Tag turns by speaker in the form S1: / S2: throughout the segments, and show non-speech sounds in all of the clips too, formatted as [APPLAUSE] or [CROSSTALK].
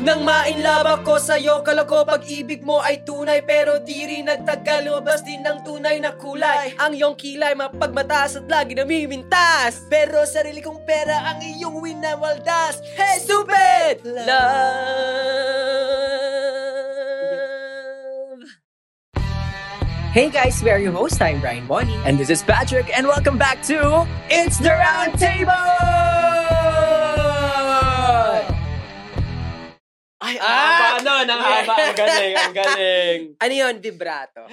S1: Nang mainlove ako sa'yo, kala ko pag-ibig mo ay tunay Pero di rin nagtagal, lumabas din ng tunay na kulay Ang iyong kilay, mapagmataas at lagi namimintas Pero sarili kong pera ang iyong winawaldas Hey, stupid! Love! Hey guys, we are your host. I'm Brian Bonnie. And this is Patrick, and welcome back to It's the Round Table!
S2: Ay, ang
S1: Ah!
S2: haba nun, ang haba. Ang galing, ang galing.
S1: Ano yun? Vibrato. [GASPS]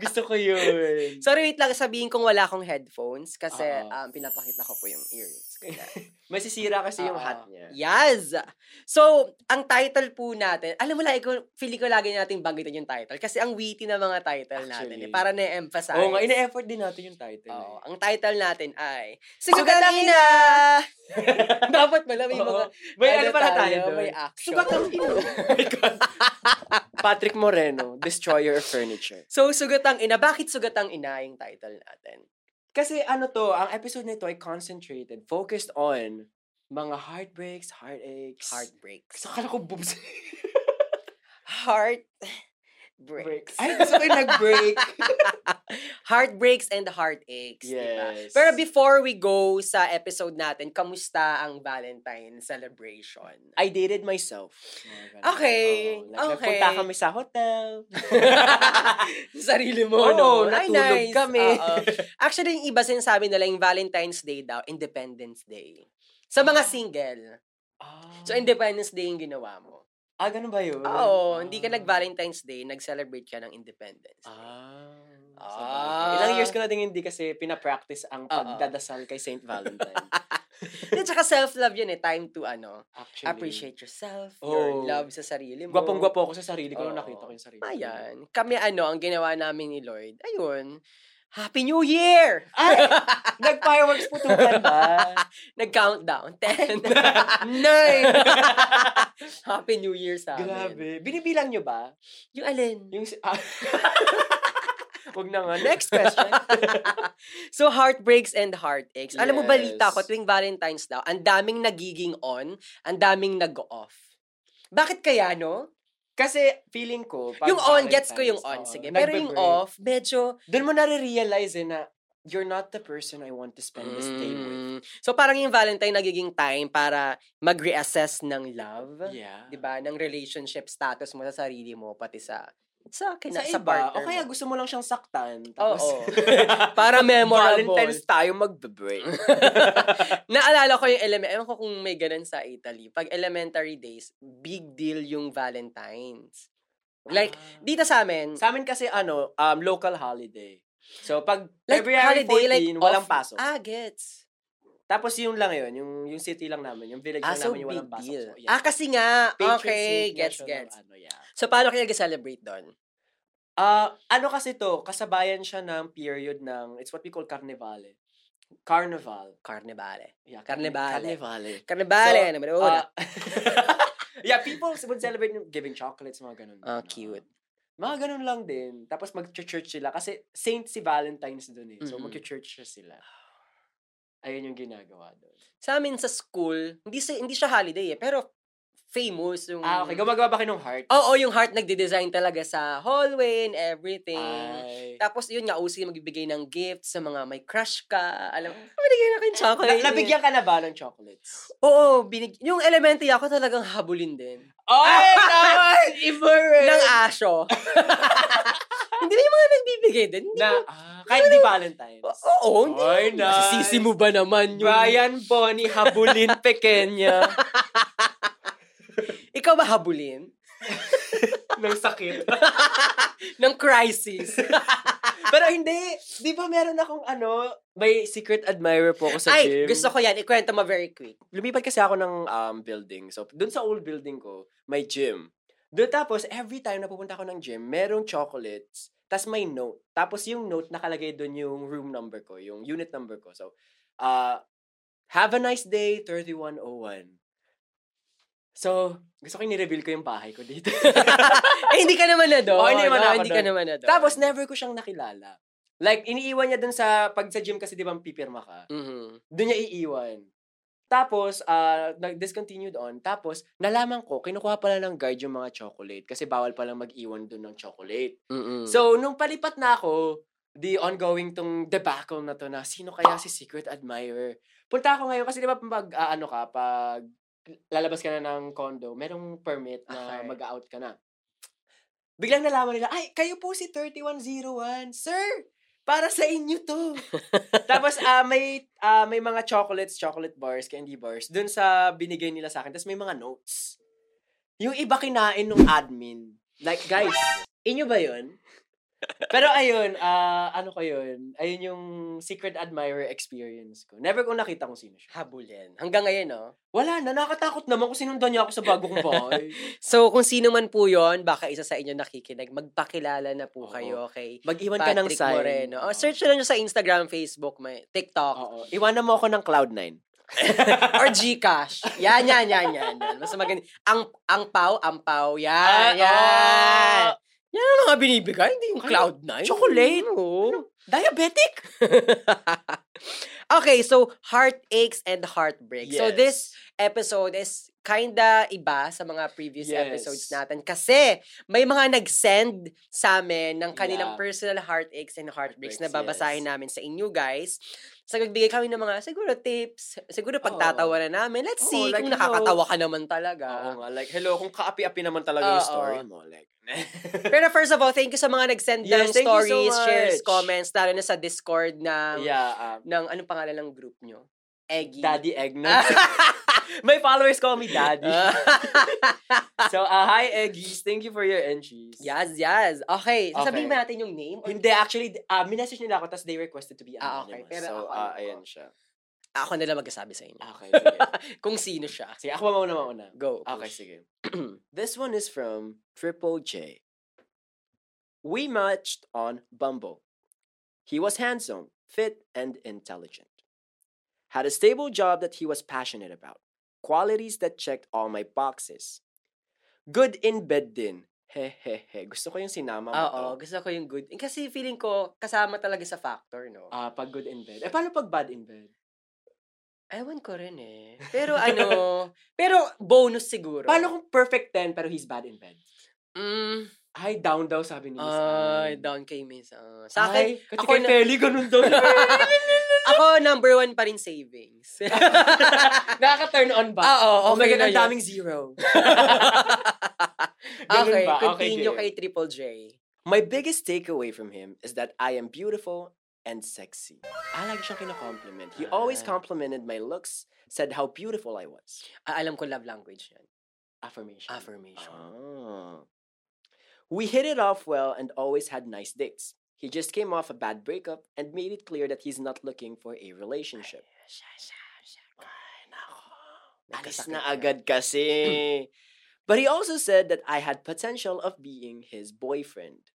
S2: Gusto ko yun.
S1: Sorry, wait lang. Sabihin kong wala akong headphones kasi
S2: Oo.
S1: um, pinapakita ko po yung earrings. Kaya-
S2: Masisira kasi yung
S1: Oo.
S2: hat niya.
S1: Yes! So, ang title po natin, alam mo lagi ko, feeling ko lagi natin banggitin yung title kasi ang witty na mga title natin.
S2: Actually.
S1: Eh, para na-emphasize.
S2: Oo nga, ina-effort din natin yung title.
S1: Oo, [LAUGHS]
S2: eh.
S1: ang title natin ay
S2: Sugatang
S1: Sugatang Ina! [LAUGHS] Dapat pala may
S2: Oo.
S1: mga
S2: May ano pala tayo doon?
S1: May action.
S2: Sugatang Ina. Oh my God. Patrick Moreno, Destroyer of Furniture.
S1: So, Sugatang Ina. Bakit Sugatang Ina yung title natin?
S2: Kasi ano to, ang episode nito ay concentrated, focused on mga heartbreaks, heartaches.
S1: Heartbreaks.
S2: Sakala ko boobs.
S1: Heart breaks.
S2: Ay, [LAUGHS] gusto ko yung nag-break.
S1: Heartbreaks and heartaches. Diba?
S2: yes.
S1: Pero before we go sa episode natin, kamusta ang Valentine celebration?
S2: I dated myself. Mga ganun.
S1: Okay,
S2: Oh Oo, like,
S1: okay.
S2: Nagpunta kami sa [LAUGHS] hotel.
S1: [LAUGHS] Sarili mo,
S2: Oo,
S1: no? Ay,
S2: natulog
S1: nice.
S2: kami.
S1: Oo. Actually, yung iba sinasabi nila yung Valentine's Day daw, Independence Day. Sa mga single. So,
S2: [LAUGHS] so, in
S1: Independence Day yung ginawa mo.
S2: ah, ganun ba yun?
S1: Oo, hindi ka
S2: Ah.
S1: nag-Valentine's Day, nag-celebrate ka ng Independence Day.
S2: Ah.
S1: Ah.
S2: sabagay. Ilang years ko na din hindi kasi pinapractice
S1: Oo.
S2: ang pagdadasal kay St. Valentine.
S1: At saka self-love yun eh, time to ano,
S2: [LAUGHS] Actually.
S1: appreciate yourself, your
S2: Oo.
S1: love sa sarili mo.
S2: Oh. Gwapong-gwapo ako sa sarili ko
S1: Oo.
S2: nung nakita ko yung sarili ko.
S1: Ayan. Kami ano, ang ginawa namin ni Lloyd, ayun, Happy New Year!
S2: Ay!
S1: [LAUGHS]
S2: Nag-fireworks po [LAUGHS] tukan ba?
S1: Nag-countdown. [LAUGHS] Ten.
S2: Nay!
S1: [LAUGHS] Happy New Year sa amin.
S2: Grabe. Binibilang nyo ba?
S1: Yung alin?
S2: Yung... si- Ah. [LAUGHS] Huwag na nga. Next question.
S1: [LAUGHS] So, heartbreaks and heartaches. Alam mo, balita
S2: Yes.
S1: ko, tuwing Valentine's daw, ang daming nagiging on, ang daming nag-off. Bakit kaya, no?
S2: Kasi feeling ko... pag
S1: yung on, gets ko yung on,
S2: Valentine's, oo,
S1: sige. Pero yung
S2: nagbe-break.
S1: off, medyo...
S2: Doon mo nare-realize eh na you're not the person I want to spend this day with.
S1: Mm. So, parang yung Valentine nagiging time para mag-reassess ng love.
S2: Yeah.
S1: di ba ng relationship status mo sa sarili mo, pati sa sa, kina, sa,
S2: Sa,
S1: partner
S2: iba, o kaya
S1: mo.
S2: gusto mo lang siyang saktan.
S1: [LAUGHS]
S2: Tapos, [LAUGHS]
S1: Oo. Para memorable.
S2: Valentine's tayo magbe-break.
S1: [LAUGHS] Naalala ko yung element, ewan ko kung may ganun sa Italy. Pag elementary days, big deal yung Valentine's. Like, dito sa amin,
S2: Ah. Sa amin kasi ano, um, local holiday. So, pag
S1: like
S2: February
S1: holiday, like
S2: 14, walang
S1: off-
S2: pasok.
S1: Ah, gets.
S2: Tapos yun lang yun, yung, yung city lang namin, yung village
S1: Ah,
S2: lang
S1: so
S2: namin yung
S1: big
S2: walang pasok.
S1: deal.
S2: So, yeah.
S1: Ah, kasi nga,
S2: Patriots
S1: okay,
S2: Week,
S1: gets,
S2: national,
S1: gets.
S2: Ano, yeah.
S1: So, paano kaya nag-celebrate doon?
S2: Ah, ano kasi to, kasabayan siya ng period ng, it's what we call carnevale. Carnival.
S1: Carnivale.
S2: Yeah,
S1: Carnevale.
S2: Carnevale.
S1: Carnivale,
S2: So,
S1: number una.
S2: Ah, [LAUGHS]
S1: [LAUGHS]
S2: yeah, people would celebrate yung giving chocolates, mga ganun.
S1: Ah,
S2: ano.
S1: cute.
S2: Mga ganun lang din. Tapos mag-church sila. Kasi saint si Valentine's dun eh. So
S1: Mm-mm.
S2: mag-church siya
S1: [SIGHS]
S2: sila. Ayun yung ginagawa dun.
S1: Sa amin sa school, hindi si- hindi siya holiday eh, pero famous yung
S2: Ah, okay. Gumagawa ba kayo ng heart?
S1: Oo, yung heart nagde-design talaga sa hallway and everything.
S2: Ay.
S1: Tapos yun nga, uso yung magbibigay ng gift sa mga may crush ka.
S2: [LAUGHS]
S1: Alam, binigyan ako yung chocolate.
S2: Na- nabigyan ka na ba ng chocolates?
S1: Oo, binig yung elementary ako talagang habulin din.
S2: Ay, naman! Ibarin!
S1: Ng aso. [LAUGHS] hindi na yung mga nagbibigay din. Hindi
S2: na,
S1: na,
S2: ah, kahit di Valentine's.
S1: oo, hindi.
S2: Ay,
S1: Ay, Masisisi
S2: nice.
S1: mo ba naman yung...
S2: Brian Bonnie [LAUGHS] Habulin Pequeña.
S1: Ikaw ba habulin?
S2: ng sakit.
S1: Ng crisis.
S2: Pero hindi, di ba meron akong ano, may secret admirer po ako [LAUGHS] sa
S1: Ay,
S2: gym.
S1: gusto ko yan. Ikwento mo very quick.
S2: Lumipat kasi ako ng um, building. So, dun sa old building ko, may gym. Doon tapos, every time na pupunta ako ng gym, merong chocolates, tas may note. Tapos yung note, nakalagay dun yung room number ko, yung unit number ko. So, uh, have a nice day, 3101. So, gusto ko yung nireveal ko yung bahay ko dito. [LAUGHS]
S1: eh, hindi ka naman na doon.
S2: Oo, Oh, hindi naman
S1: Oo,
S2: ako
S1: hindi ka
S2: doon.
S1: naman na doon.
S2: Tapos, never ko siyang nakilala. Like, iniiwan niya dun sa, pag sa gym kasi, di ba, pipirma ka.
S1: Mhm.
S2: Doon niya iiwan. Tapos, ah, nag-discontinued on. Tapos, nalaman ko, kinukuha pala ng guard yung mga chocolate kasi bawal palang mag-iwan dun ng chocolate.
S1: So,
S2: So, nung palipat na ako, the ongoing tong debacle na to na sino kaya si secret admirer. Punta ako ngayon kasi di ba pag ah, ano ka, pag lalabas ka na ng condo, merong permit na
S1: Okay.
S2: mag-out ka na. Biglang nalaman nila, ay, kayo po si 3101. Sir, para sa inyo to. Tapos ah, may ah, may mga chocolates, chocolate bars, candy bars dun sa binigay nila sa akin. Tapos may mga notes. Yung iba kinain ng admin. Like, guys, inyo ba yun? Pero ayun, ah, ano ko yun? Ayun yung secret admirer experience ko. Never ko nakita kung sino siya.
S1: habulin. Hanggang ngayon, no?
S2: Wala na, nakatakot naman kung sinundan niya ako sa bago
S1: [LAUGHS]
S2: kong bahay.
S1: So, kung sino man po yon baka isa sa inyo nakikinig, magpakilala na po
S2: Oo.
S1: kayo kay
S2: Mag-iwan ka ng
S1: Patrick
S2: sign.
S1: Moreno.
S2: Oo.
S1: O, search na nyo sa Instagram, Facebook, may TikTok,
S2: Oo. Iwanan mo ako ng Cloud9.
S1: [LAUGHS] or Gcash. Yan, yan, yan, yan. yan. Mas maganda. Ang, ang pau, ang pau. Yan,
S2: [LAUGHS] Ah,
S1: yan. Yan ang mga binibigay, hindi yung
S2: Ano?
S1: Cloud9.
S2: Chocolate?
S1: Oo.
S2: Diabetic?
S1: okay, so heartaches and heartbreak. [LAUGHS] So
S2: Yes.
S1: this episode is kinda iba sa mga previous
S2: Yes.
S1: episodes natin kasi may mga nag-send sa amin ng kanilang
S2: Yeah.
S1: personal heartaches and heartbreaks, na
S2: Heartbreaks,
S1: babasahin
S2: yes.
S1: namin sa inyo guys. So nagbigay kami ng mga siguro tips, siguro pagtatawa na namin. Let's
S2: Oo,
S1: see
S2: like,
S1: kung
S2: you know,
S1: nakakatawa ka naman talaga.
S2: Oo nga, like, hello, kung kaapi-api naman talaga yung
S1: ah, Oo.
S2: story mo, like. [LAUGHS]
S1: Pero first of all, thank you sa mga nag-send
S2: Yes,
S1: ng
S2: thank you so
S1: stories, shares,
S2: much.
S1: comments, lalo na sa Discord ng,
S2: yeah, um,
S1: ng anong pangalan ng group nyo? Eggy. [LAUGHS]
S2: Daddy Eggnog. My followers call me Daddy. so, ah, hi Eggies, thank you for your entries.
S1: Yes, yes. Okay,
S2: Okay.
S1: sasabihin ba natin yung name? Or-
S2: Hindi, actually, ah minessage nila ako, tapos they requested to be anonymous.
S1: Ah, okay. Pero
S2: so,
S1: ako,
S2: ah,
S1: ano ko.
S2: ayan siya.
S1: Ako na lang magsasabi sa
S2: [LAUGHS]
S1: inyo.
S2: Okay, sige.
S1: Kung sino siya.
S2: sige, ako ba mauna mauna?
S1: Go.
S2: Okay, sige. [CLEARS THROAT] this one is from Triple J. We matched on Bumble. He was handsome, fit, and intelligent. Had a stable job that he was passionate about. Qualities that checked all my boxes. Good in bed din. Hehehe. Gusto ko yung sinama mo
S1: Oo, gusto ko yung good. Eh, Kasi feeling ko, kasama talaga sa factor, no?
S2: to. Ah, pag good in bed. Eh, paano pag bad in bed?
S1: Ewan ko rin eh. Pero ano, [LAUGHS] pero bonus siguro.
S2: Paano kung perfect 10 pero he's bad in bed?
S1: Mm,
S2: Ay, down daw sabi ni Miss
S1: ay,
S2: Ann.
S1: down kay Miss. ah. sa akin,
S2: Ay, kati
S1: ako
S2: kay
S1: na-
S2: Feli, ganun daw. [LAUGHS]
S1: ako number one pa rin savings.
S2: [LAUGHS] Nakaka-turn on ba?
S1: [LAUGHS]
S2: [LAUGHS]
S1: Oo,
S2: Oh, my
S1: okay
S2: God,
S1: na
S2: ang
S1: yun.
S2: daming zero. Ganun
S1: [LAUGHS] Okay,
S2: ba? Okay,
S1: continue
S2: game.
S1: kay Triple J.
S2: My biggest takeaway from him is that I am beautiful and sexy. Ah, lagi siyang kinakompliment. He always
S1: Ah.
S2: complimented my looks, said how beautiful I was.
S1: Ah, alam ko love language yan.
S2: Affirmation.
S1: Affirmation.
S2: Ah. We hit it off well and always had nice dates. He just came off a bad breakup and made it clear that he's not looking for a relationship. Ay, nako. Alis
S1: Nagkasakit
S2: na
S1: [LAUGHS]
S2: [LAUGHS]
S1: ka.
S2: agad kasi. But he also said that I had potential of being his boyfriend.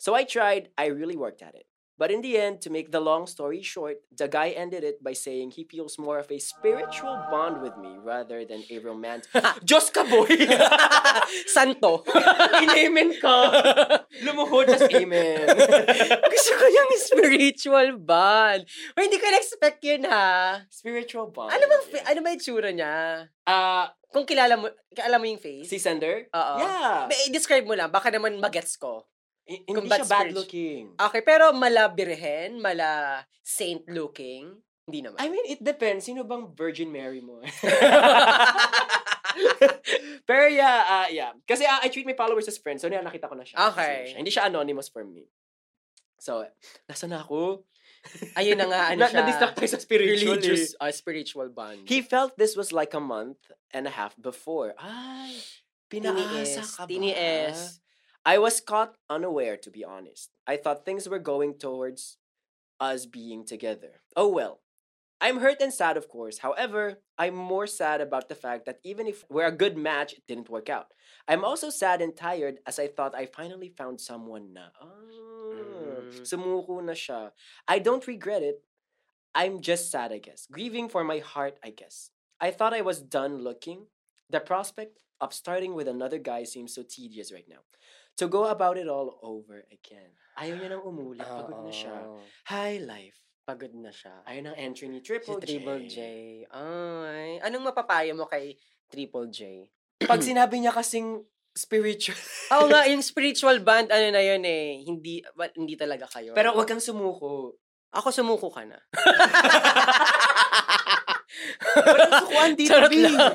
S2: So I tried, I really worked at it. But in the end, to make the long story short, the guy ended it by saying he feels more of a spiritual bond with me rather than a
S1: [LAUGHS]
S2: romantic. Diyos ka, boy! [LAUGHS]
S1: Santo.
S2: Inamen ka! Lumuhod, just amen.
S1: [LAUGHS] Gusto ko yung spiritual bond. Or hindi ko na-expect yun, ha?
S2: spiritual bond.
S1: Ano bang, fi- ano ba yung tsura niya?
S2: Ah,
S1: Kung kilala mo, alam mo yung face?
S2: si Sender?
S1: Oo.
S2: Yeah.
S1: Ba- i-describe mo lang, baka naman magets ko.
S2: H-
S1: kung
S2: Hindi
S1: ba't
S2: siya bad
S1: spiritual-
S2: looking.
S1: Okay, pero mala birhen, mala saint looking, hindi naman.
S2: I mean, it depends. Sino bang Virgin Mary [LAUGHS] mo? Pero yeah, ah, yeah. Kasi ah, I treat my followers as friends. So, nakita ko na siya. Sino
S1: Okay.
S2: siya. Hindi siya anonymous for me. So, nasa na ako?
S1: Ayun na nga, ano
S2: na,
S1: siya.
S2: Na-distract tayo sa spiritual.
S1: religious,
S2: eh.
S1: ah, spiritual bond.
S2: He felt this was like a month and a half before. Ay, pinaasa
S1: Tiniis,
S2: ka ba?
S1: tiniis.
S2: I was caught unaware, to be honest. I thought things were going towards us being together. Oh well. I'm hurt and sad, of course. However, I'm more sad about the fact that even if we're a good match, it didn't work out. I'm also sad and tired as I thought I finally found someone na. Ah,
S1: Mm.
S2: Sumuko na siya. I don't regret it. I'm just sad, I guess. Grieving for my heart, I guess. I thought I was done looking. The prospect of starting with another guy seems so tedious right now. To go about it all over again. Ayaw niya nang umulit. Pagod na siya.
S1: [SIGHS] Oo.
S2: High life.
S1: Pagod na siya.
S2: Ayun ang entry ni
S1: si
S2: Triple J.
S1: Triple J. Ay, anong mapapaya mo kay Triple
S2: [LAUGHS]
S1: J?
S2: Pag sinabi niya kasing spiritual. [LAUGHS]
S1: Oo nga, yung spiritual band, ano na yun eh, hindi, well, hindi talaga kayo.
S2: Pero wag kang sumuko.
S1: Ako sumuko ka na. [LAUGHS]
S2: Sukuan dito,
S1: Charot
S2: B.
S1: lang.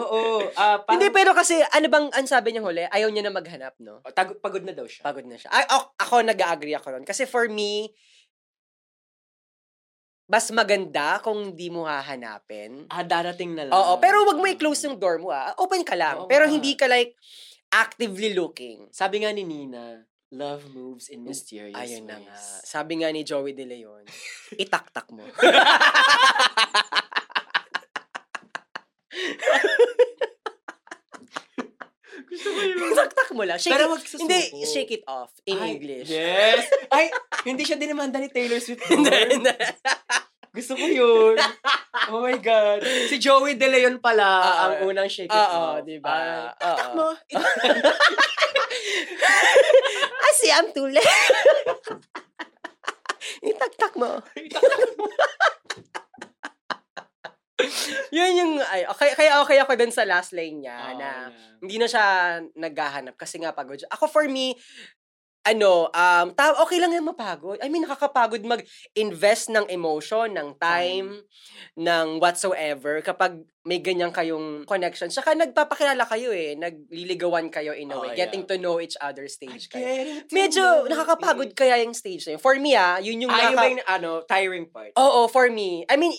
S2: Oo. ah, parang-
S1: Hindi, pero kasi, ano bang, ang sabi niya huli, ayaw niya na maghanap, no?
S2: Oh, tag- pagod na daw siya.
S1: Pagod na siya. Ay, ako, ako nag-agree ako nun. Kasi for me, mas maganda kung di mo hahanapin.
S2: Ah, darating na lang.
S1: Oo, pero wag mo i-close yung door mo, ah. Open ka lang.
S2: Oo
S1: pero
S2: nga.
S1: hindi ka like, actively looking.
S2: Sabi nga ni Nina, love moves in mysterious
S1: Ayun na
S2: ways.
S1: nga. Sabi nga ni Joey De Leon, itaktak mo.
S2: [LAUGHS] Gusto ko yun.
S1: itaktak mo lang. Shake
S2: Pero
S1: it-
S2: wag susuko.
S1: Hindi, shake it off in
S2: Ay,
S1: English.
S2: Yes. Ay, hindi siya dinimanda ni Taylor Swift.
S1: [LAUGHS] Hindi,
S2: Lord.
S1: hindi.
S2: Gusto ko yun. Oh my God. Si Joey De Leon pala
S1: Ah,
S2: ang unang shake it
S1: Oo, Ah.
S2: off.
S1: di ba?
S2: Ay,
S1: Itaktak
S2: [LAUGHS]
S1: [LAUGHS]
S2: mo.
S1: Kasi I'm too late. Itaktak mo. Yun yung, ay, okay, kaya okay ako dun sa last lane niya
S2: Oo
S1: na
S2: nga.
S1: hindi na siya naghahanap kasi nga pagod siya. Ako for me, ano, um, ta- okay lang yung mapagod. I mean, nakakapagod mag-invest ng emotion, ng time, ng whatsoever kapag may ganyan kayong connection. Saka nagpapakilala kayo eh, nagliligawan kayo in a
S2: Oh,
S1: way,
S2: yeah.
S1: getting to know each other
S2: I
S1: stage kayo.
S2: get it.
S1: Medyo nakakapagod kaya yung stage na yun. For me ah, yun yung
S2: Ah, yun
S1: nakaka-
S2: ba yung ano, tiring part?
S1: Oo, for me. I mean,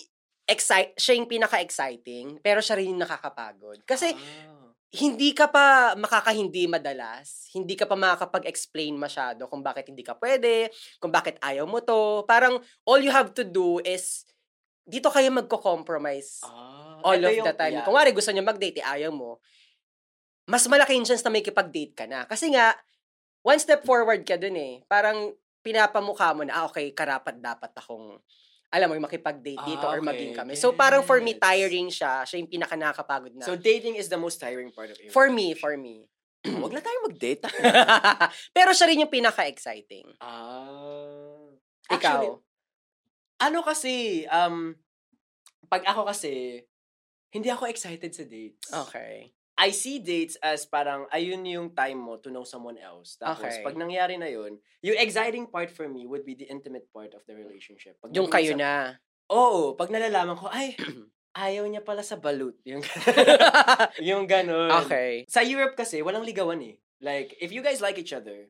S1: excite, siya yung pinaka-exciting, pero siya rin yung nakakapagod. Kasi
S2: Ah.
S1: hindi ka pa makakahindi madalas, hindi ka pa makakapag-explain masyado kung bakit hindi ka pwede, kung bakit ayaw mo to. Parang all you have to do is dito kayo magko-compromise
S2: Ah.
S1: all
S2: Ito
S1: of
S2: yung-
S1: the time.
S2: yeah.
S1: Kung wari gusto niya mag-date, eh, ayaw mo, mas malaki yung chance na may kipag-date ka na. Kasi nga, one step forward ka dun eh. Parang pinapamukha mo na, ah, okay, karapat dapat akong, alam mo, yung makipag-date dito
S2: Ah,
S1: or maging
S2: okay.
S1: kami. So parang for me,
S2: Gets.
S1: tiring siya. Siya yung pinaka-nakakapagod na.
S2: So dating is the most tiring part of it.
S1: for me, [CLEARS THROAT] for me.
S2: wag na tayong mag-date.
S1: [LAUGHS] Pero siya rin yung pinaka-exciting. Ikaw.
S2: Ah. Actually, ano kasi, um, pag ako kasi, hindi ako excited sa dates.
S1: okay.
S2: I see dates as parang, ayun yung time mo to know someone else. Tapos,
S1: Okay.
S2: pag nangyari na yun, yung exciting part for me would be the intimate part of the relationship. Pag
S1: Yung kayo
S2: nag-uusap-
S1: na.
S2: Oo. Pag nalalaman ko, ay, [CLEARS THROAT] ayaw niya pala sa balut. [LAUGHS] Yung, [LAUGHS] yung ganun.
S1: okay.
S2: Sa Europe kasi, walang ligawan eh. Like, if you guys like each other,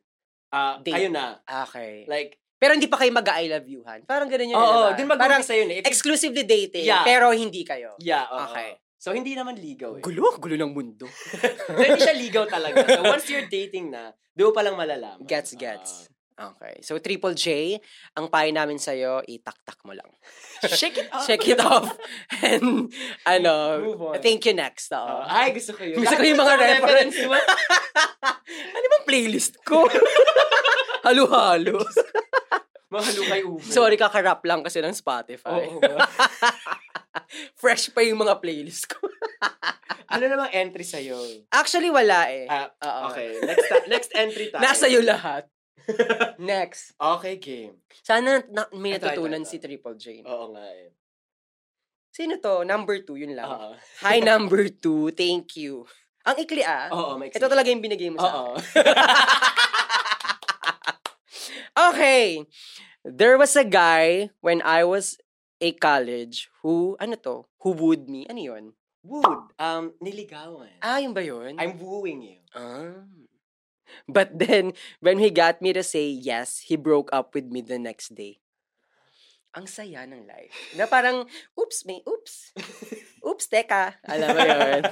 S2: ah
S1: Date.
S2: ayun na.
S1: Okay.
S2: Like,
S1: Pero hindi pa kayo mag-I love you-han. Parang ganun yun. eh,
S2: oo, oh,
S1: diba?
S2: dun mag
S1: Parang
S2: sa yun eh. If
S1: exclusively dating,
S2: Yeah.
S1: pero hindi kayo.
S2: Yeah, oo.
S1: Okay.
S2: So, hindi naman ligaw eh.
S1: Gulo, gulo ng mundo.
S2: So, hindi siya ligaw talaga. So, once you're dating na, doon pa lang malalaman.
S1: Gets,
S2: Oo.
S1: gets. Okay. So, Triple J, ang payo namin sa'yo, itaktak mo lang.
S2: [LAUGHS] Shake it off.
S1: Check it off. And, ano,
S2: Move on. Ah.
S1: thank you next. oo.
S2: Oo. ay, gusto ko yun.
S1: Gusto ko
S2: [LAUGHS]
S1: yung mga
S2: Sa
S1: reference.
S2: mo.
S1: ano bang playlist ko? [LAUGHS] Halo-halo.
S2: Mahalukay ubo.
S1: Sorry, kakarap lang kasi ng Spotify.
S2: Oo ba?
S1: Fresh pa yung mga playlist ko. [LAUGHS]
S2: Ano namang entry sa'yo?
S1: Actually, wala eh.
S2: Ah,
S1: Oo.
S2: okay. Next, ta- next entry tayo.
S1: Nasa iyo lahat. Next.
S2: [LAUGHS] Okay, game.
S1: Sana na, may
S2: Ito, ito,
S1: natutunan
S2: ito.
S1: si Triple J.
S2: Oo nga eh.
S1: Sino to? Number two, yun lang.
S2: Oo.
S1: Hi, number two. Thank you. Ang ikli ah.
S2: Oo, may
S1: Ito talaga yung binigay mo sa akin.
S2: Oh. Oo.
S1: Okay. There was a guy when I was a college who, ano to? Who wooed me. Ano yun?
S2: [LAUGHS] Wood. Um, niligawan.
S1: Ah, yun ba yun?
S2: I'm wooing you.
S1: Ah. But then, when he got me to say yes, he broke up with me the next day. Ang saya ng life. Na parang, oops, may oops. Oops, teka. [LAUGHS] Alam mo [LAUGHS] yun.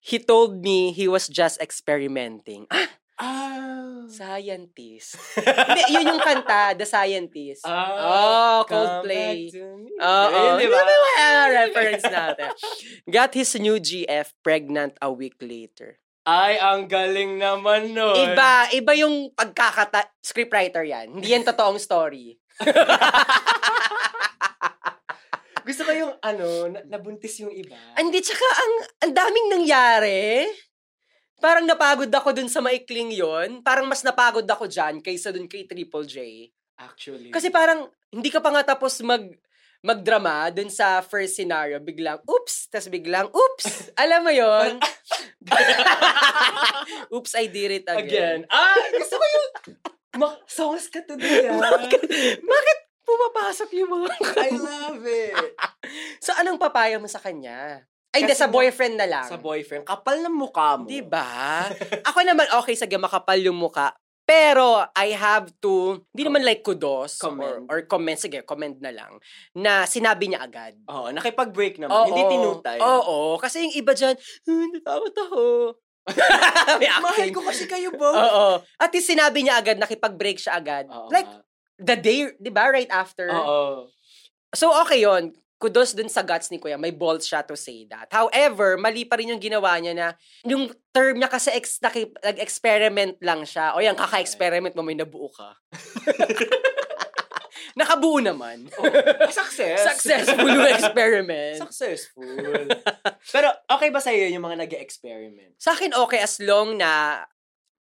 S1: he told me he was just experimenting. Ah,
S2: [LAUGHS] Ah.
S1: scientist. Hindi, yun yung kanta, The Scientist.
S2: Ah,
S1: Oh, Coldplay. Oo.
S2: Oo.
S1: Di ba? Ah, reference natin. Got his new GF pregnant a week later.
S2: [LAUGHS] Ay, ang galing naman nun.
S1: Iba, iba yung pagkakata scriptwriter yan. Hindi yan totoong story.
S2: [LAUGHS] Gusto ko yung ano, na- nabuntis yung iba.
S1: Hindi, tsaka ang, ang daming nangyari. Parang napagod ako dun sa maikling yon Parang mas napagod ako dyan kaysa dun kay Triple J.
S2: Actually.
S1: Kasi parang, hindi ka pa nga tapos mag, magdrama dun sa first scenario, biglang, oops, tas biglang, oops, alam mo
S2: [LAUGHS]
S1: yon Oops, I did it again.
S2: Again. Ah, gusto ko yun. [LAUGHS] Ma- songs ka today, ah.
S1: Bakit pumapasok yung mga...
S2: I love it.
S1: so, anong papaya mo sa kanya? Ay, hindi, sa
S2: Kasi na-
S1: boyfriend na lang.
S2: [LAUGHS] Sa boyfriend, kapal ng mukha mo.
S1: Di ba? Ako naman, okay, sige, makapal yung mukha. Pero, I have to, hindi naman like kudos
S2: Commend.
S1: Or, or comment, sige, comment na lang, na sinabi niya agad.
S2: Oo, nakipag-break naman.
S1: Oo.
S2: Hindi tinutay.
S1: Oo, kasi yung iba dyan, "Hmm, natakot
S2: [LAUGHS]
S1: ako. May
S2: Mahal
S1: acting.
S2: ko kasi kayo
S1: Oo.
S2: both.
S1: At least sinabi niya agad, nakipag-break siya agad.
S2: [LAUGHS] Oo
S1: like,
S2: nga.
S1: the day, di ba, right after.
S2: [LAUGHS] Oo.
S1: So, okay yon Kudos dun sa guts ni Kuya. May balls siya to say that. However, mali pa rin yung ginawa niya na yung term niya kasi ex, naki, nag-experiment lang siya. O yan, kaka-experiment mo, may nabuo ka. Nakabuo
S2: [LAUGHS]
S1: naman.
S2: Oh, Success.
S1: Successful yung experiment.
S2: Successful. [LAUGHS] Pero okay ba sa'yo yung mga nag-experiment?
S1: Sa akin, okay as long na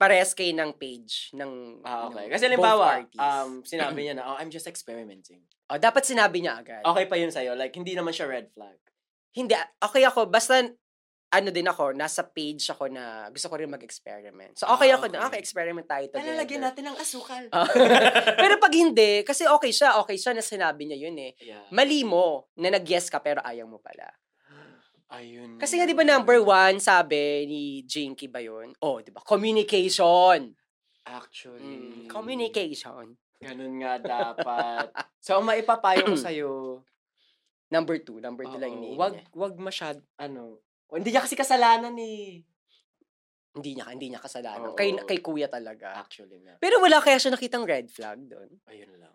S1: parehas kayo ng page ng
S2: Ah,
S1: ano,
S2: okay. Kasi
S1: both
S2: halimbawa,
S1: parties.
S2: um, [CLEARS THROAT] sinabi niya na, oh, I'm just experimenting.
S1: O, dapat sinabi niya agad.
S2: Okay pa yun sa'yo. Like, hindi naman siya red flag.
S1: Hindi, okay ako, basta ano din ako, nasa page ako na gusto ko rin mag-experiment. So, okay
S2: Ah,
S1: ako na,
S2: okay.
S1: okay, experiment tayo together.
S2: Talalagyan natin ng asukal.
S1: Ah. [LAUGHS] pero pag hindi, kasi okay siya, okay siya na sinabi niya yun eh.
S2: yeah.
S1: Mali mo na nag-yes ka pero ayaw mo pala.
S2: Ayun.
S1: Kasi nga di ba
S2: Hmm.
S1: number one, sabi ni Jinky ba yun? Oh, di ba? Communication. Mm,
S2: Actually.
S1: communication.
S2: Ganun nga dapat. so, ang maipapayo
S1: [CLEARS THROAT]
S2: ko sa'yo,
S1: Number two, number two lang
S2: oo,
S1: ni
S2: wag, wag masyad, ano, o, hindi niya kasi kasalanan eh.
S1: Hindi niya, hindi niya kasalanan.
S2: Oo.
S1: Kay, kay kuya talaga.
S2: Actually nga.
S1: Pero wala kaya siya nakitang red flag doon.
S2: Ayun lang.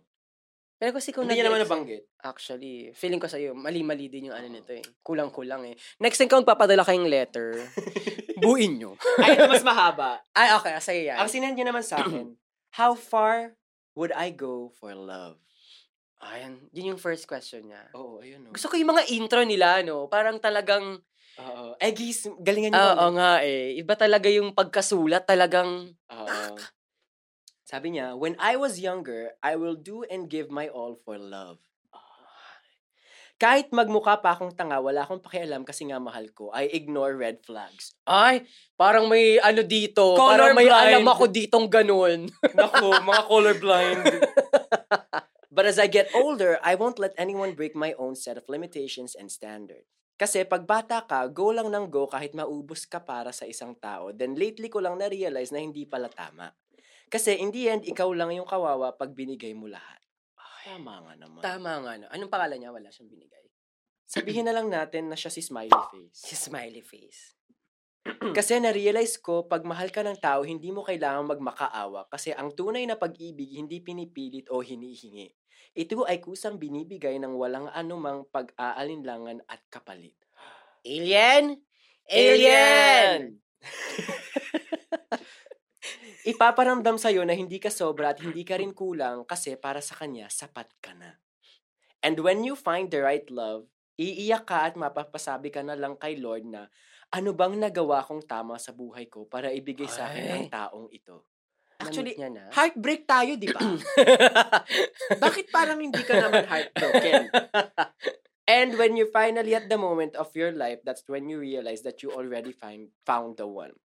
S1: Pero kasi kung
S2: hindi niya naman
S1: nag-ex-
S2: nabanggit.
S1: Actually, feeling ko sa'yo, mali-mali din yung ano
S2: Oo.
S1: nito eh. Kulang-kulang eh. Next time kung papadala kayong
S2: [LAUGHS]
S1: letter, buuin nyo.
S2: Ay, ito mas mahaba.
S1: Ay, okay. Sa'yo [LAUGHS] yan.
S2: Ang sinend niya naman sa akin, how far would I go for love?
S1: Ayan, yun yung first question niya.
S2: Oo, ayun. Oh.
S1: Gusto ko yung mga intro nila, no? Parang talagang,
S2: Oo. Eh, Gis, galingan niyo.
S1: oo
S2: kami.
S1: nga eh. Iba talaga yung pagkasulat, talagang,
S2: Oo. Sabi niya, when I was younger, I will do and give my all for love. Kahit magmukha pa akong tanga, wala akong pakialam kasi nga mahal ko. I ignore red flags.
S1: ay, parang may ano dito,
S2: Color
S1: parang may
S2: blind.
S1: alam ako ditong ganun. [LAUGHS]
S2: Naku, mga colorblind. [LAUGHS] But as I get older, I won't let anyone break my own set of limitations and standards. Kasi pag bata ka, go lang ng go kahit maubos ka para sa isang tao. Then lately ko lang na-realize na hindi pala tama. Kasi in the end, ikaw lang yung kawawa pag binigay mo lahat. Tama nga naman.
S1: Tama nga, no? Anong pangalan niya? Wala siyang binigay.
S2: Sabihin na lang natin na siya si Smiley Face.
S1: Si smiley face.
S2: [CLEARS THROAT] Kasi na-realize ko, pag mahal ka ng tao, hindi mo kailangang magmakaawa kasi ang tunay na pag-ibig hindi pinipilit o hinihingi. Ito ay kusang binibigay ng walang anumang pag-aalinlangan at kapalit.
S1: Alien? Alien!
S2: [LAUGHS] Ipaparamdam sa'yo na hindi ka sobra at hindi ka rin kulang kasi para sa kanya, sapat ka na. And when you find the right love, iiyak ka at mapapasabi ka na lang kay Lord na ano bang nagawa kong tama sa buhay ko para ibigay sa akin ang
S1: Ay.
S2: taong ito.
S1: Actually, niya na.
S2: Heartbreak tayo, [CLEARS THROAT] di ba? Bakit parang hindi ka naman heartbroken? And when you finally at the moment of your life, that's when you realize that you already find, found the one.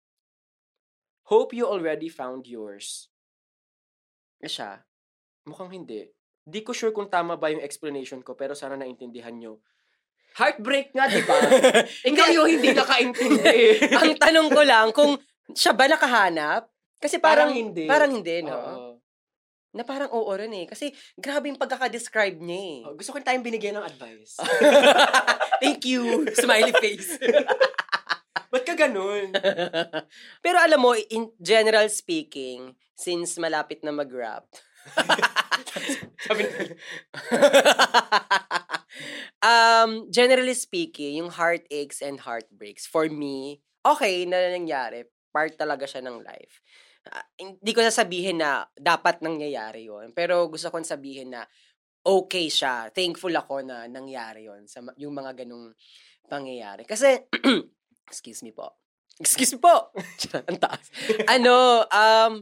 S2: Hope you already found yours. Eh, Siya, mukhang hindi. Di ko sure kung tama ba yung explanation ko, pero sana naintindihan nyo. Heartbreak nga, [LAUGHS] di ba? Ikaw yung hindi nakaintindi.
S1: Ang tanong ko lang,
S2: [LAUGHS]
S1: kung siya ba nakahanap? Kasi parang,
S2: Parang hindi.
S1: Parang hindi, no?
S2: [LAUGHS] Oo.
S1: Na parang oo rin eh. Kasi grabe yung pagkakadescribe niya eh.
S2: Oh, gusto ko tayong binigyan ng advice.
S1: Thank you, [LAUGHS] smiley face.
S2: Ba't ka [LAUGHS] ganun?
S1: Pero alam mo, in general speaking, since malapit na mag-wrap,
S2: Sabi
S1: [LAUGHS] um, generally speaking, yung heartaches and heartbreaks, for me, okay na nangyari. Part talaga siya ng life. Ah, hindi ko sasabihin na dapat nangyayari yon Pero gusto kong sabihin na okay siya. Thankful ako na nangyari yon sa ma- yung mga ganung pangyayari. Kasi, [CLEARS THROAT] [LAUGHS] excuse me po. Excuse me po! Ang taas. Ano, um,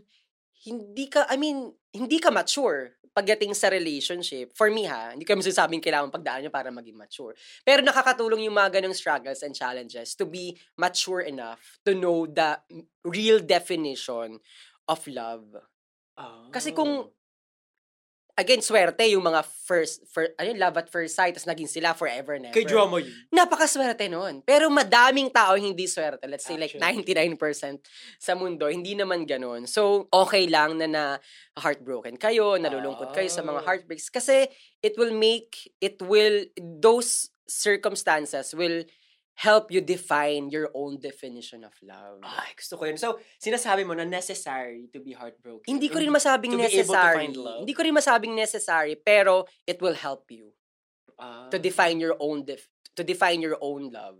S1: hindi ka, I mean, hindi ka mature pagdating sa relationship. For me ha, hindi kami sinasabing kailangan pagdaan niya para maging mature. Pero nakakatulong yung mga ganong struggles and challenges to be mature enough to know the real definition of love.
S2: Ah.
S1: Kasi kung- Again, swerte yung mga first, first ano yun, love at first sight, tas naging sila forever and ever.
S2: Kay drama yun.
S1: napakaswerte nun. Pero madaming tao hindi swerte. Let's say like 99%
S2: Actually.
S1: sa mundo, hindi naman ganun. So, okay lang na na heartbroken kayo, nalulungkot kayo sa mga
S2: Ah.
S1: heartbreaks. Kasi it will make, it will, those circumstances will help you define your own definition of love.
S2: Ay, gusto ko yun. So, sinasabi mo na necessary to be heartbroken.
S1: Hindi ko rin
S2: mas...
S1: masabing
S2: to be able to
S1: necessary.
S2: find love.
S1: Hindi ko rin masabing necessary, pero it will help you.
S2: Um, ah,
S1: to define your own def- to define your own love.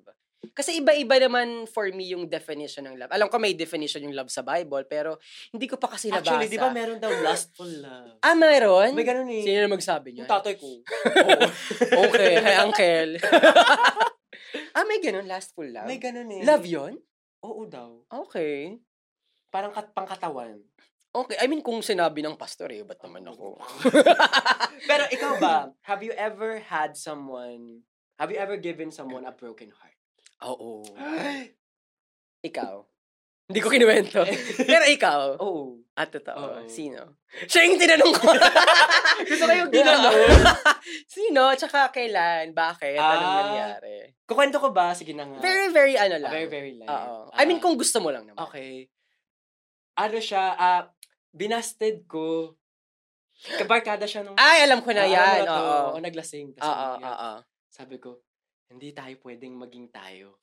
S1: Kasi iba-iba naman for me yung definition ng love. Alam ko may definition yung love sa Bible, pero hindi ko pa kasi nabasa.
S2: Actually, di ba meron daw lustful love?
S1: Ah, meron?
S2: May ganun eh.
S1: Sino na magsabi niya?
S2: Yung tatay ko.
S1: [LAUGHS] okay, hi, uncle. ah, may ganun, lustful love?
S2: [LAUGHS] May ganun eh.
S1: love yon?
S2: Oo daw.
S1: Okay.
S2: Parang kat pangkatawan.
S1: Okay, I mean, kung sinabi ng pastor eh, ba't naman ako?
S2: [LAUGHS] Pero ikaw ba, have you ever had someone, have you ever given someone a broken
S1: [GASPS]
S2: heart? [LAUGHS]
S1: Oo. Ikaw. Hindi ko kinuwento.
S2: [LAUGHS]
S1: Pero ikaw.
S2: Oo.
S1: At totoo.
S2: Oo.
S1: Sino? Siya yung tinanong ko.
S2: Gusto ko yung
S1: [LAUGHS] Sino? Tsaka kailan? Bakit? Anong
S2: ano? Ah.
S1: nangyari?
S2: Kukwento ko ba? Sige na nga.
S1: Very, very ano lang.
S2: Ah, very, very light.
S1: Oo. I mean,
S2: Ah,
S1: kung gusto mo lang naman.
S2: Okay. Ano siya, ah, binasted ko. Kabarkada siya nung...
S1: Ay, alam ko na
S2: Ah,
S1: ano yan.
S2: alam mo na to.
S1: Oo.
S2: O, naglasing. tas
S1: Oo,
S2: sabi niya,
S1: oo.
S2: Sabi ko, hindi tayo pwedeng maging tayo. [LAUGHS]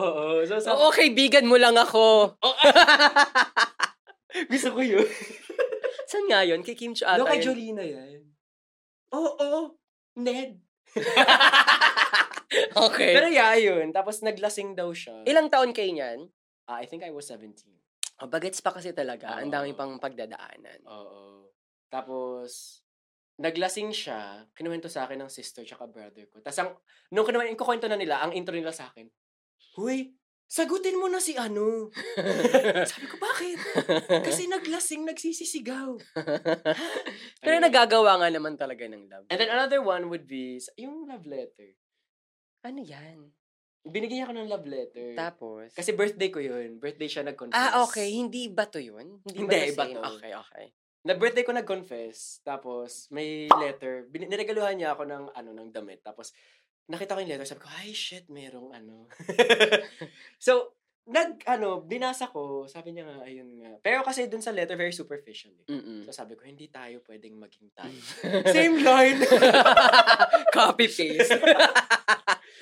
S2: Oo. So, Oh, sabi,
S1: Oo, kaibigan mo lang ako. [LAUGHS]
S2: gusto ko yun.
S1: Saan nga yun? Kay Kim Chu ata
S2: No,
S1: yun.
S2: kay Jolina yan. Oo, oo. Ned.
S1: [LAUGHS] okay.
S2: Pero yeah, yun. Tapos naglasing daw siya.
S1: Ilang taon kayo niyan?
S2: Ah, I think I was 17.
S1: Oh, bagets pa kasi talaga. Ang dami
S2: Oo.
S1: pang pagdadaanan.
S2: Oo. Tapos, naglasing siya, kinuwento sa akin ng sister tsaka brother ko. Tapos, ang, nung kinuwento, kukwento na nila, ang intro nila sa akin, Huy, sagutin mo na
S1: [LAUGHS]
S2: si ano. Sabi ko, bakit? Kasi naglasing, nagsisisigaw.
S1: [LAUGHS] Pero
S2: Ayun.
S1: nagagawa nga naman talaga ng love.
S2: And then another one would be, sa- yung love letter.
S1: Ano yan?
S2: Binigyan ako ng love letter.
S1: Tapos?
S2: Kasi birthday ko yun. Birthday siya nag-confess.
S1: Ah, okay. Hindi ba to yun?
S2: Hindi, iba
S1: same?
S2: to.
S1: Okay, okay.
S2: Na birthday ko nag-confess. Tapos, may letter. Bin- niregaluhan niya ako ng, ano, ng damit. Tapos, nakita ko yung letter. Sabi ko, ay, shit, merong ano. [LAUGHS] so, nag, ano, binasa ko. Sabi niya nga, ayun nga. Pero kasi dun sa letter, very superficial. eh.
S1: [LAUGHS] Mm-mm.
S2: So, sabi ko, hindi tayo pwedeng maging tayo.
S1: Same.
S2: [LAUGHS] Same line.
S1: Copy paste.
S2: [LAUGHS]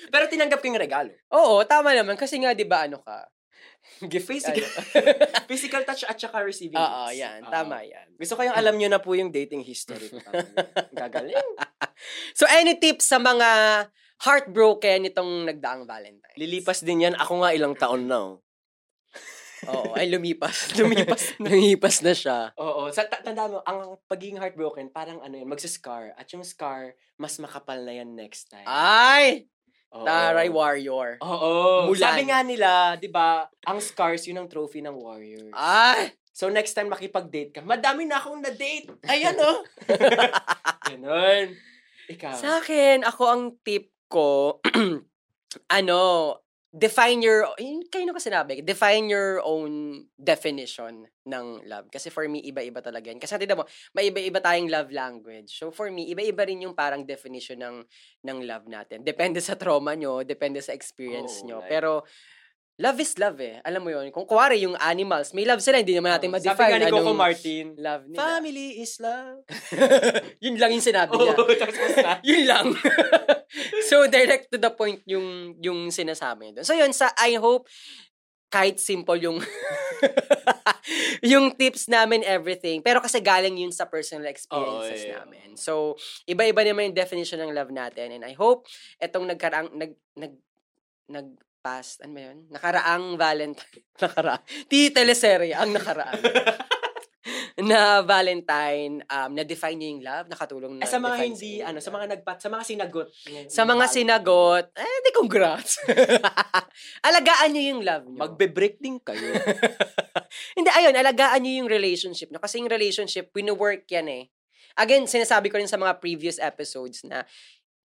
S2: Pero tinanggap ko yung regalo.
S1: Oo, tama naman. Kasi nga, di ba, ano ka? Gift
S2: Physical,
S1: ano.
S2: [LAUGHS] physical touch at saka receiving
S1: Oo,
S2: gifts.
S1: yan.
S2: Oo.
S1: Tama yan.
S2: Gusto ko yung alam nyo na po yung dating
S1: [LAUGHS]
S2: history ko. Tama yun. Gagaling.
S1: So, any tips sa mga heartbroken itong nagdaang Valentine?
S2: Lilipas din yan. Ako nga ilang taon na. oh.
S1: Oo, ay lumipas. [LAUGHS] lumipas na. lumipas na siya.
S2: Oo. Sa, ta- tandaan mo, ang pagiging heartbroken, parang ano yun, magsiscar. At yung scar, mas makapal na yan next time.
S1: Ay!
S2: Oo.
S1: Ah, Taray warrior.
S2: Oo.
S1: Mulan.
S2: Sabi nga nila, di ba, ang scars yun ang trophy ng warrior.
S1: Ah. Ay!
S2: So next time makipag-date ka, madami na akong na-date. Ayan
S1: [LAUGHS]
S2: oh. Ganun. Ikaw.
S1: Sa akin, ako ang tip ko, [CLEARS THROAT] ano, define your, yun, kayo na ko sinabi, define your own definition ng love. Kasi for me, iba-iba talaga yan. Kasi natin mo, may iba-iba tayong love language. So for me, iba-iba rin yung parang definition ng, ng love natin. Depende sa trauma nyo, depende sa experience
S2: Oo,
S1: nyo.
S2: like-
S1: Pero, Love is love eh. Alam mo yun. Kung kuwari yung animals, may love sila, hindi naman natin
S2: Oo.
S1: ma-define.
S2: Oh, Sabi nga ni Coco
S1: anong
S2: Martin,
S1: Love nila.
S2: Family is [LAUGHS] love.
S1: Yun lang yung sinabi
S2: [LAUGHS] Oo,
S1: niya.
S2: tapos
S1: [LAUGHS]
S2: na.
S1: yun lang. so, direct to the point yung, yung sinasabi niya doon. So, yun, sa I hope, kahit simple yung [LAUGHS] yung tips namin, everything. Pero kasi galing yun sa personal experiences
S2: Oo, eh.
S1: namin. So, iba-iba naman yung definition ng love natin. And I hope, etong nagkaraang, nag, nag, nag, past, ano ba yun? [LAUGHS]
S2: [LAUGHS]
S1: Nakaraang Valentine. Nakaraang. Ti teleserye ang nakaraan. na Valentine, um, na-define niyo yung love, nakatulong na.
S2: Eh, sa mga
S1: define
S2: hindi,
S1: inyo yung
S2: ano, sa
S1: love?
S2: mga nagpat, sa mga sinagot.
S1: sa mga sinagot, eh, di congrats. alagaan niyo yung love niyo.
S2: Magbe-break din kayo.
S1: Hindi, ayun, alagaan nyo yung relationship nyo. Kasi yung relationship, wino-work yan eh. Again, sinasabi ko rin sa mga previous episodes na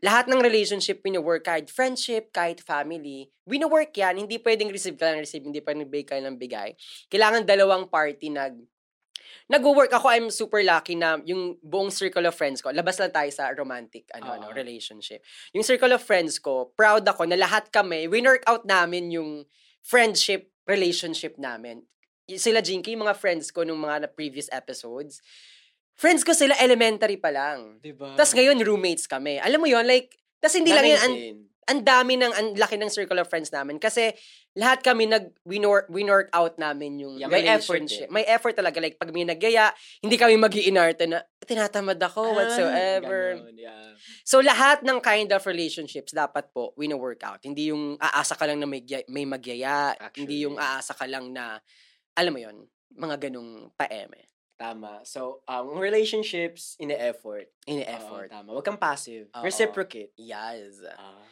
S1: lahat ng relationship wino-work, kahit friendship, kahit family, wino-work yan. Hindi pwedeng receive ka ng receive, hindi pwedeng bigay ka ng bigay. Kailangan dalawang party nag nag-work ako, I'm super lucky na yung buong circle of friends ko, labas lang tayo sa romantic ano, ano,
S2: Oo.
S1: relationship. Yung circle of friends ko, proud ako na lahat kami, we-work out namin yung friendship, relationship namin. Y- Sila Jinky, yung mga friends ko nung mga na- previous episodes, friends ko sila elementary pa lang.
S2: diba?
S1: Tapos ngayon, roommates kami. Alam mo yon like, tas hindi lang yan, ang, ang dami ng, ang laki ng circle of friends namin. Kasi, lahat kami nag, winor, winor out namin yung
S2: Yeah, may effort
S1: relationship. May effort talaga. Like, pag may nagyaya, hindi kami mag iinarte na, tinatamad ako, Oh, whatsoever.
S2: Ah, Ganun, yeah.
S1: So, lahat ng kind of relationships, dapat po, wino-work out. Hindi yung aasa ka lang na may, gya- may magyaya. Hindi
S2: Actually.
S1: yung aasa ka lang na, alam mo yon mga ganong paeme.
S2: Tama. So, um, relationships in effort.
S1: Ini-effort.
S2: Oo, tama. Huwag kang passive.
S1: Oo. [SIGHS]
S2: Reciprocate.
S1: yes.
S2: Ah.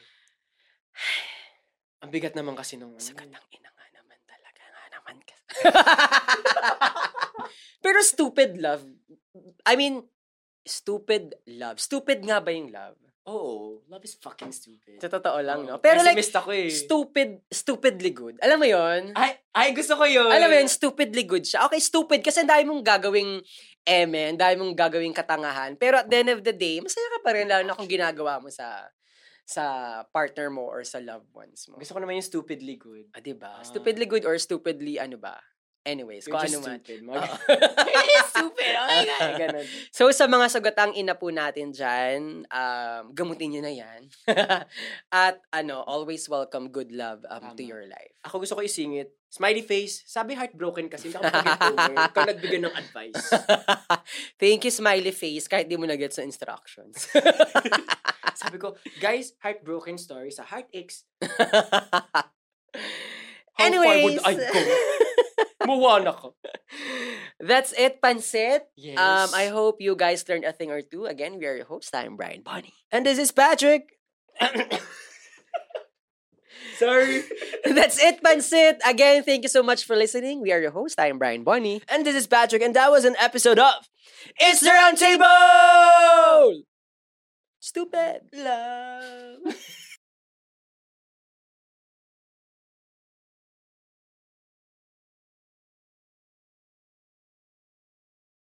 S2: ang bigat naman kasi nung... ano,
S1: Sagat ang ina nga naman talaga nga naman kasi. [LAUGHS] Pero stupid love. I mean, stupid love. Stupid nga ba yung love?
S2: [LAUGHS] Oo. love is fucking stupid.
S1: Sa totoo lang,
S2: Oo,
S1: no? Pero like,
S2: pessimist ako eh.
S1: stupid, stupidly good. Alam mo yon
S2: ay, ay, gusto ko yun.
S1: Alam mo yun, stupidly good siya. Okay, stupid kasi ang dami mong gagawing eme, ang dami mong gagawing katangahan. Pero at the end of the day, masaya ka pa rin lalo na kung ginagawa mo sa sa partner mo or sa loved ones mo.
S2: Gusto ko naman yung stupidly good.
S1: Ah, diba?
S2: Ah.
S1: Stupidly good or stupidly ano ba? Anyways,
S2: You're
S1: kung
S2: just
S1: ano man.
S2: stupid.
S1: [LAUGHS]
S2: Mag-
S1: Oo.
S2: [LAUGHS] stupid. Oh my God. Ganun.
S1: [LAUGHS] So, sa mga sagatang ina po natin dyan, um, gamutin nyo na yan. [LAUGHS] At ano, always welcome good love um, to
S2: Tama.
S1: your life. [LAUGHS]
S2: Ako gusto ko isingit. Smiley face. Sabi heartbroken kasi. Hindi ako mag-get over.
S1: [LAUGHS]
S2: Ikaw nagbigay ng advice.
S1: Thank you, smiley face, kahit di mo na-get sa instructions. [LAUGHS]
S2: Sabi ko, guys, heartbroken story sa Heartaches. How
S1: Anyways,
S2: far would I go? Muwan ako.
S1: [LAUGHS] that's it, Pansit.
S2: Yes.
S1: Um, I hope you guys learned a thing or two. Again, we are your hosts. I'm Brian Bonnie. And this is Patrick.
S2: [COUGHS]
S1: [LAUGHS]
S2: Sorry.
S1: That's it, Pansit. Again, thank you so much for listening. We are your host. I'm Brian Bonnie.
S2: And this is Patrick, and that was an episode of It's the Round Table!
S1: Stupid.
S2: Love.